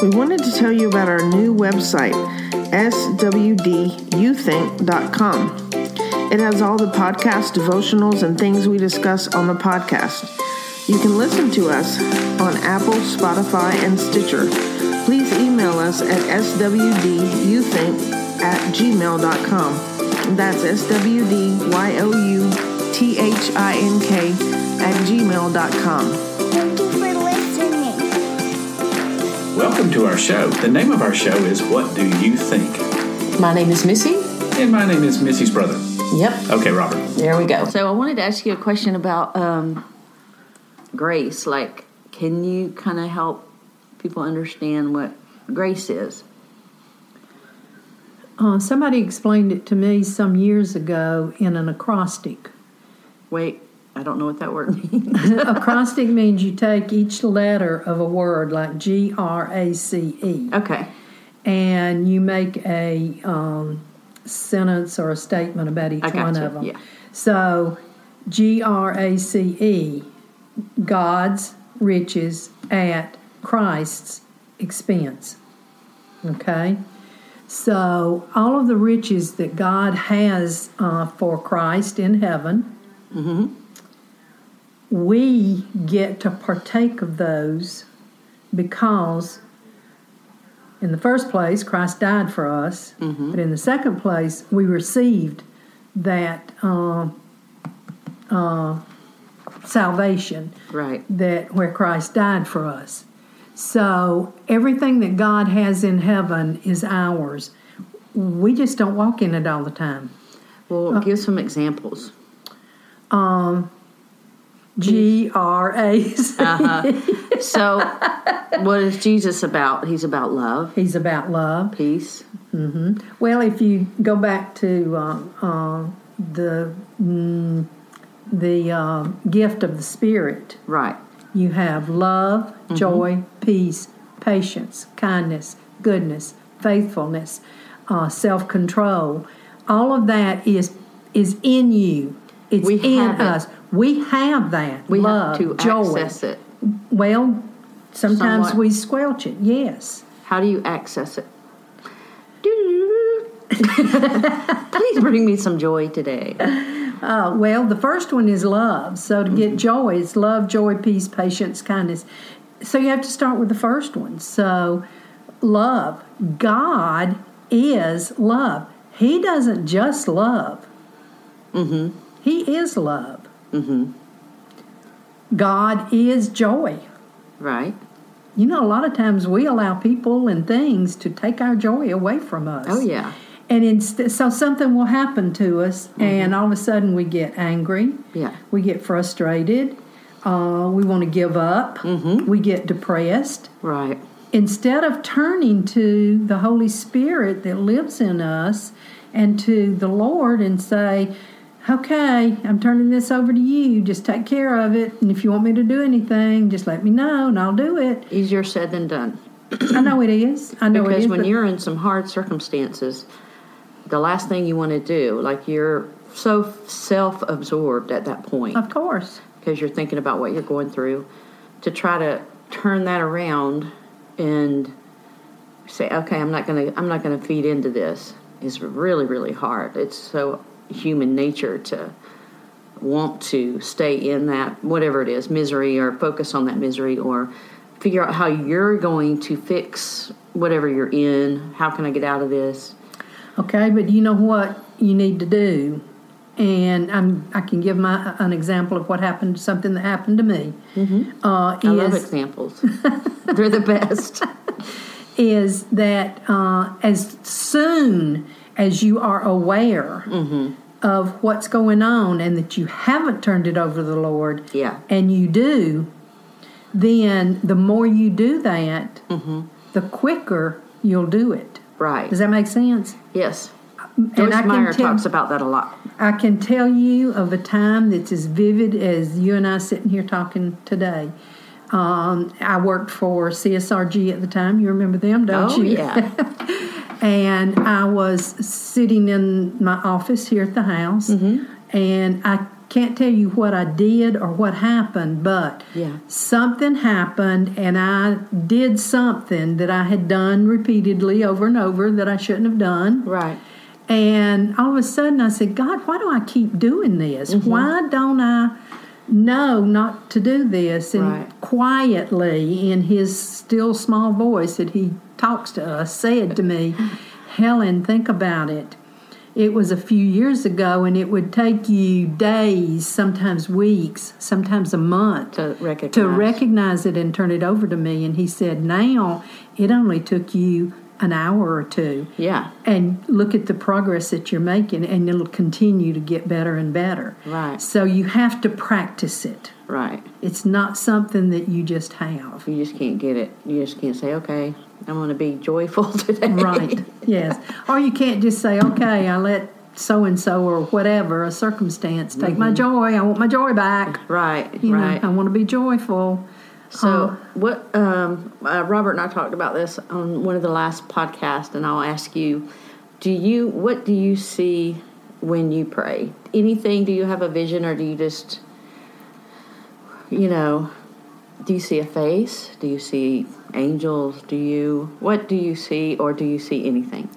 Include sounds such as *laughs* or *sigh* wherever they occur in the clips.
We wanted to tell you about our new website, swdyoutthink.com. It has all the podcast devotionals and things we discuss on the podcast. You can listen to us on Apple, Spotify, and Stitcher. Please email us at swdyoutthink at gmail.com. That's S-W-D-Y-O-U-T-H-I-N-K at gmail.com. Thank you for listening. Welcome to our show. The name of our show is What Do You Think? My name is Missy. And my name is Missy's brother. Yep, Okay, Robert. there we go. So I wanted to ask you a question about um, grace. Like, can you kind of help people understand what grace is? Uh, somebody explained it to me some years ago in an acrostic. Wait, I don't know what that word *laughs* means. acrostic means you take each letter of a word, like G R A C E, okay, and you make a um, sentence or a statement about each I got one you, of them. yeah. So, G R A C E, God's riches at Christ's expense. Okay? So, all of the riches that God has uh, for Christ in heaven, Mm-hmm. we get to partake of those because, in the first place, Christ died for us, but in the second place, we received that uh, uh, salvation right. that where Christ died for us. So everything that God has in heaven is ours. We just don't walk in it all the time. Well, give some examples. G R A C. So, what is Jesus about? He's about love, He's about love. peace. Well, if you go back to uh, uh, the mm, the uh, gift of the Spirit, Right. You have love, Mm-hmm. joy, peace, patience, kindness, goodness, faithfulness, uh, self control. All of that is is in you. It's We in have it. us. We have that. We love, have to joy. access it. Well, sometimes Somewhat. we squelch it. Yes. How do you access *laughs* it? Please bring me some joy today. Uh, well, the first one is love. So to Mm-hmm. get joy, it's love, joy, peace, patience, kindness. So you have to start with the first one. So, love. God is love. He doesn't just love, Mm-hmm. He is love. God is joy. Right. You know, a lot of times we allow people and things to take our joy away from us. Oh, yeah. And inst- so something will happen to us, and all of a sudden we get angry. Mm-hmm. Yeah. We get frustrated. Uh, we want to give up. Mm-hmm. We get depressed. Right. Instead of turning to the Holy Spirit that lives in us and to the Lord and say, Okay, I'm turning this over to you. Just take care of it. And if you want me to do anything, just let me know and I'll do it. Easier said than done. I know it is. I know it Because is. when but- you're in some hard circumstances, the last thing you want to do, like you're so self absorbed at that point of course. because you're thinking about what you're going through, to try to turn that around and say, okay, I'm not gonna, I'm not gonna feed into this. It's really, really hard. It's so human nature to want to stay in that whatever it is misery or focus on that misery or figure out how you're going to fix whatever you're in how can i get out of this Okay, but you know what you need to do, and I'm I can give my an example of what happened, something that happened to me. Mm-hmm. Uh, i love is examples *laughs* they're the best is that uh, as soon as you are aware Mm-hmm. of what's going on and that you haven't turned it over to the Lord, Yeah. and you do, then the more you do that, Mm-hmm. the quicker you'll do it. right Does that make sense? yes Joyce I can Meyer tell- talks about that a lot I can tell you of a time that's as vivid as you and I sitting here talking today. Um, I worked for CSRG at the time. You remember them, don't oh you? yeah *laughs* And Mm-hmm. I was sitting in my office here at the house, and I Can't tell you what I did or what happened, but Yeah. something happened and I did something that I had done repeatedly over and over that I shouldn't have done. Right. And all of a sudden I said, God, why do I keep doing this? Mm-hmm. Why don't I know not to do this? And Right. quietly, in his still small voice that he talks to us, said to *laughs* me, Helen, think about it. It was a few years ago, and it would take you days, sometimes weeks, sometimes a month To recognize. to recognize it and turn it over to me. And he said, Now it only took you an hour or two Yeah. and look at the progress that you're making and it'll continue to get better and better Right. so you have to practice it Right. it's not something that you just have You just can't get it. You just can't say, okay, I'm going to be joyful *laughs* today. right yes or you can't just say okay i let so and so or whatever a circumstance take my joy i want my joy back right. you Mm-hmm. right. know i want to be joyful So what? Um, uh, Robert and I talked about this on one of the last podcasts, and I'll ask you: Do you what do you see when you pray? Anything? Do you have a vision, or do you just, you know, do you see a face? Do you see angels? Do you what do you see, or do you see anything?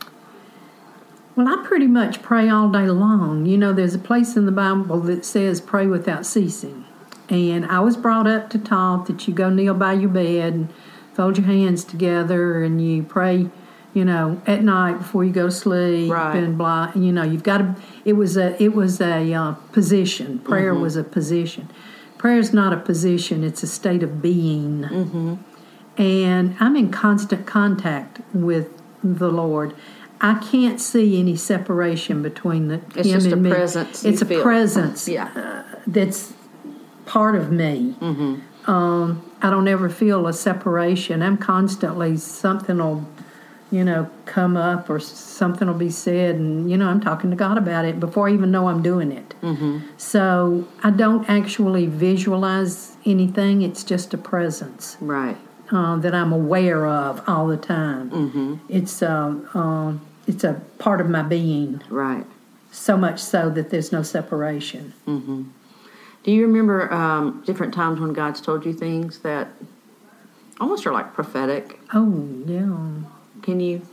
Well, I pretty much pray all day long. You know, there's a place in the Bible that says pray without ceasing. And I was brought up to talk that you go kneel by your bed and fold your hands together and you pray, you know, at night before you go to sleep Right. and blah. You know, you've got to. It was a it was a uh, position. Prayer was a position. Prayer is not a position. It's a state of being and I'm in constant contact with the Lord. I can't see any separation between the It's him just and a me. presence you It's a feel. presence Yeah. that's part of me. Mm-hmm. Um, I don't ever feel a separation. I'm constantly something will, you know, come up or something will be said, and you know, I'm talking to God about it before I even know I'm doing it. Mm-hmm. So I don't actually visualize anything. It's just a presence Right. uh, that I'm aware of all the time. Mm-hmm. It's a um, it's a part of my being, Right. so much so that there's no separation. Do you remember um, different times when God's told you things that almost are like prophetic? Oh yeah, Can you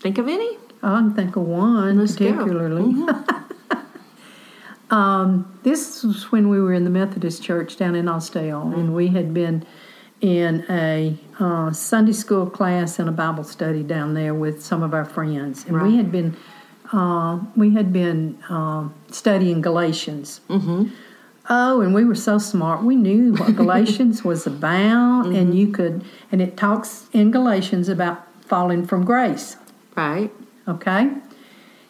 think of any? Oh, I can think of one Let's go. Mm-hmm. particularly. *laughs* um, this was when we were in the Methodist Church down in Austell, Mm. and we had been in a uh, Sunday school class and a Bible study down there with some of our friends, and we Right. had been uh, we had been um studying Galatians. Mm-hmm. Oh, and we were so smart. We knew what *laughs* Galatians was about, Mm-hmm. and you could, and it talks in Galatians about falling from grace Right. okay?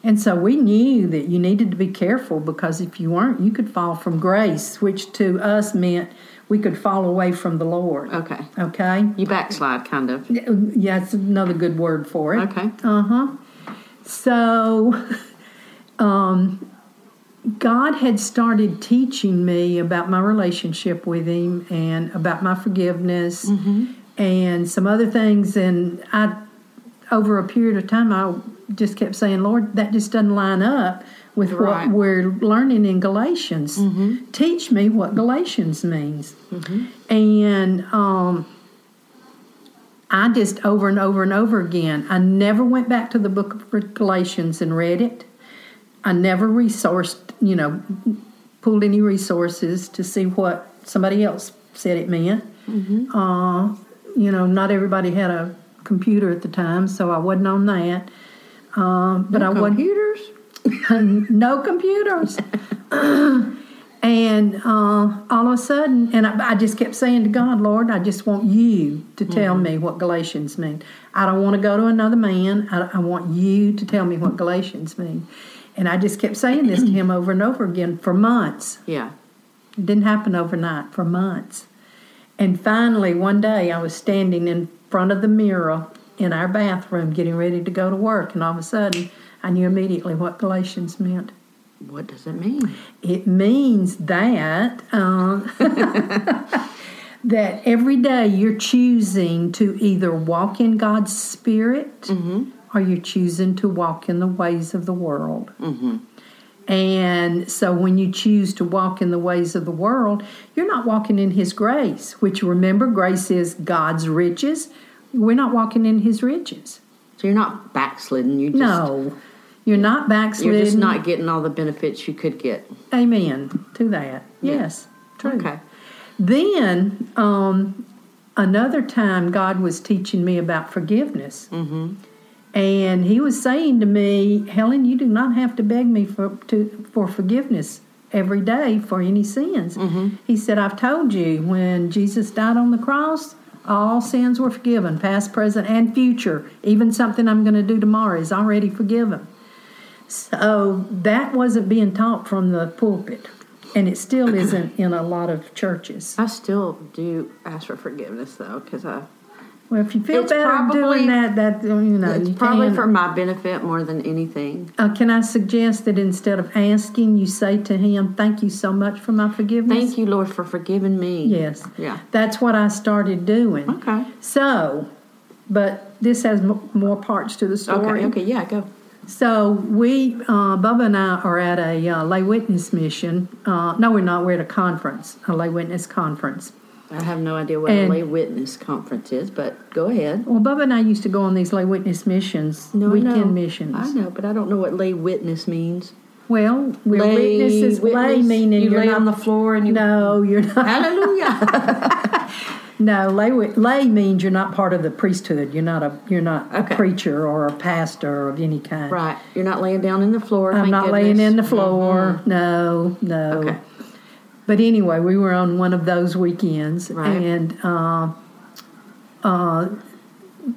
And so we knew that you needed to be careful because if you weren't, you could fall from grace, which to us meant we could fall away from the Lord. Okay. Okay? You backslide, kind of. Yeah, that's another good word for it. Okay. Uh huh. So, *laughs* um, God had started teaching me about my relationship with Him and about my forgiveness Mm-hmm. and some other things. And I, over a period of time, I just kept saying, Lord, that just doesn't line up with Right. Mm-hmm. what we're learning in Galatians. Teach me what Galatians means. And, um, I just over and over and over again. I never went back to the book of Galatians and read it. I never resourced, you know, pulled any resources to see what somebody else said it meant. Uh, you know, not everybody had a computer at the time, so I wasn't on that. Uh, but I wasn't Computers. *laughs* no computers. and uh, all of a sudden, and I, I just kept saying to God, Lord, I just want you to tell me what Galatians mean. I don't want to go to another man. I, I want you to tell me what Galatians mean. And I just kept saying this to him over and over again for months. Yeah. It didn't happen overnight, for months. And finally, one day, I was standing in front of the mirror in our bathroom getting ready to go to work, and all of a sudden, I knew immediately what Galatians meant. What does it mean? It means that uh, *laughs* that every day you're choosing to either walk in God's Mm-hmm. Mm-hmm. spirit or you're choosing to walk in the ways of the world. And so when you choose to walk in the ways of the world, you're not walking in His grace, which remember, grace is God's riches. We're not walking in His riches. So you're not backslidden. You just, No, you're not backsliding. You're just not getting all the benefits you could get. Amen to that. Yeah. Yes, true. Okay. Then um, another time, God was teaching me about forgiveness, mm-hmm. and He was saying to me, "Helen, you do not have to beg me for to, for forgiveness." Every day for any sins. He said, I've told you when Jesus died on the cross, all sins were forgiven, past, present, and future. Even something I'm going to do tomorrow is already forgiven. So that wasn't being taught from the pulpit, and it still isn't in a lot of churches. I still do ask for forgiveness though, because I Well, if you feel It's better probably- doing that, that you know, it's you probably can. for my benefit more than anything. Uh, can I suggest that instead of asking, you say to him, "Thank you so much for my forgiveness." Thank you, Lord, for forgiving me. Yes. Yeah. That's what I started doing. Okay. So, but this has m- more parts to the story. Okay. Okay. Yeah. Go. So we, uh, Bubba and I, are at a uh, lay witness mission. Uh, no, we're not. We're at a conference, a lay witness conference. I have no idea what And- a lay witness conference is, but go ahead. Well, Bubba and I used to go on these lay witness missions, No, I weekend know. missions. I know, but I don't know what lay witness *laughs* means. Well, we're Lay witnesses. Lay witness. meaning You are lay not, on the floor and you- No, you're not. Hallelujah. No, lay wit- lay means you're not part of the priesthood. You're not a you're not Okay. a preacher or a pastor of any kind. right. You're not laying down in the floor. I'm thank not goodness. Mm-hmm. laying in the floor. No, no. Okay. But anyway, we were on one of those weekends, Right. and uh, uh,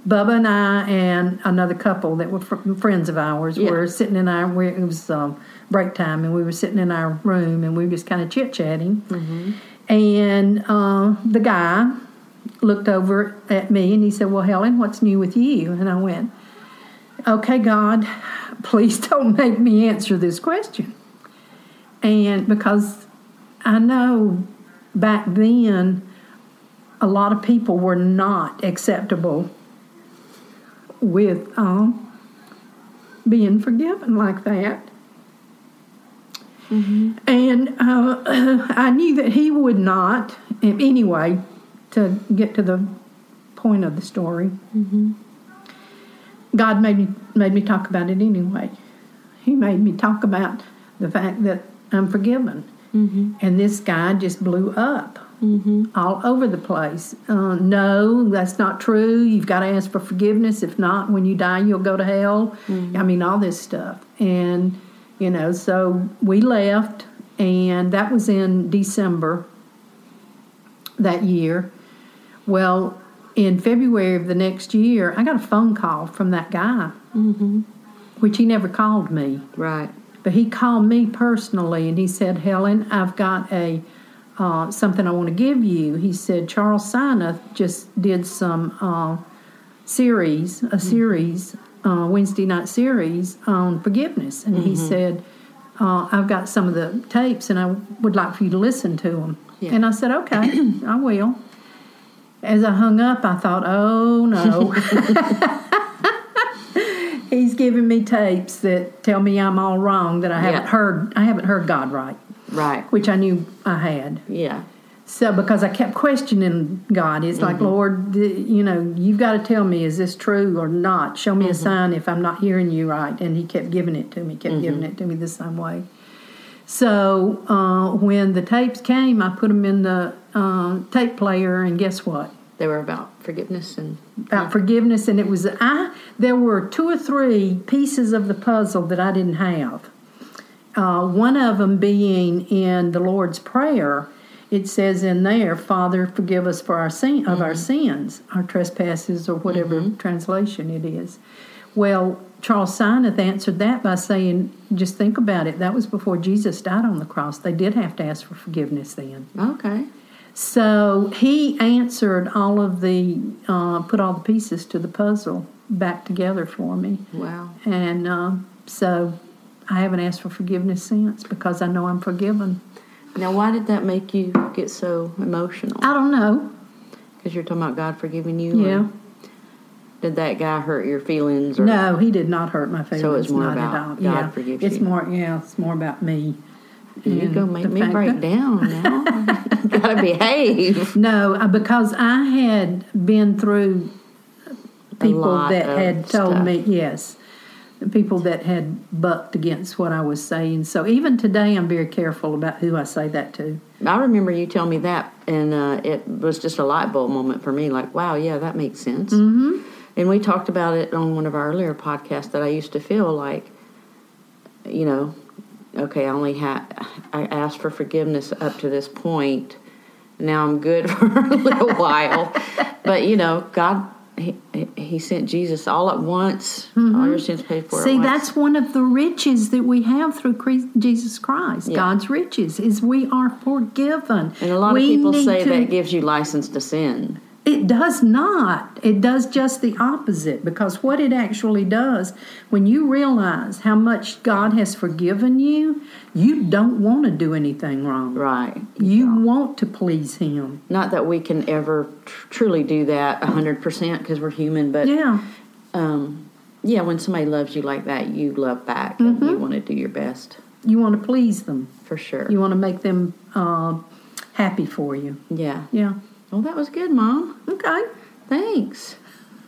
Bubba and I and another couple that were fr- friends of ours Yeah. were sitting in our. We, it was um, break time, and we were sitting in our room, and we were just kind of chit chatting. Mm-hmm. And uh, the guy looked over at me, and he said, "Well, Helen, what's new with you?" And I went, "Okay, God, please *laughs* don't make me answer this question." And because I know back then a lot of people were not acceptable with um, being forgiven like that. And uh, *clears throat* I knew that he would not, and anyway, to get to the point of the story. God made me made me talk about it anyway. He made me talk about the fact that I'm forgiven, and this guy just blew up all over the place. Uh, no, that's not true. You've got to ask for forgiveness. If not, when you die, you'll go to hell. I mean, all this stuff, and you know. So we left, and that was in December that year. Well, in February of the next year, I got a phone call from that guy, mm-hmm. which he never called me, Right. but he called me personally and he said, "Helen, I've got a uh, something I want to give you." He said, "Charles Sineth just did some uh, series, a series, uh, Wednesday night series on forgiveness," and he said. Uh, I've got some of the tapes, and I would like for you to listen to them. Yeah. And I said, "Okay, I will." As I hung up, I thought, oh no. He's giving me tapes that tell me I'm all wrong, that I haven't Yeah. heard I haven't heard God right, Right. which I knew I had. Yeah. So because I kept questioning God, it's like, Lord, th- you know, you've got to tell me is this true or not? Show me a sign if I'm not hearing you right. And He kept giving it to me, kept giving it to me the same way. So uh, when the tapes came, I put them in the uh, tape player, and guess what? They were about forgiveness and about forgiveness and it was i there were two or three pieces of the puzzle that i didn't have uh, one of them being in the lord's prayer it says in there father forgive us for our sin of our sins our trespasses or whatever translation it is well charles sineth answered that by saying just think about it that was before jesus died on the cross they did have to ask for forgiveness then okay. so he answered all of the, uh, put all the pieces to the puzzle back together for me. Wow. And uh, so I haven't asked for forgiveness since because I know I'm forgiven. Now, why did that make you get so emotional? I don't know. Because you're talking about God forgiving you. Yeah. and- Did that guy hurt your feelings? Or, No, he did not hurt my feelings. So it's more not about at all. God yeah. forgives it's you. more yeah, it's more about me. You and go make the me fact break that- down now. *laughs* Gotta behave. No, uh, because I had been through people lot that of had told stuff. me yes, people that had bucked against what I was saying. So even today, I'm very careful about who I say that to. I remember you telling me that, and uh, it was just a light bulb moment for me. Like, wow, yeah, that makes sense. Mm-hmm. And we talked about it on one of our earlier podcasts that I used to feel like, you know, okay, I only had I asked for forgiveness up to this point. Now I'm good *laughs* for a little while, but you know, God, he, He- he sent Jesus all at once. All your sins paid for. at Mm-hmm. See, once. that's one of the riches that we have through Christ, Jesus Christ. Yeah. God's riches is we are forgiven. And a lot We of people need say to- that gives you license to sin. It does not. It does just the opposite because what it actually does, when you realize how much God has forgiven you, you don't want to do anything wrong. Right. You want to please Him. Not that we can ever tr- truly do that 100% because we're human, but yeah. Yeah. Um, yeah, when somebody loves you like that, you love back and you want to do your best You want to please them, for sure. you want to make them uh, happy for you. yeah. Yeah. Well, that was good, Mom. Okay. Thanks.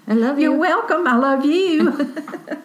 I love you. You're welcome. I love you. *laughs*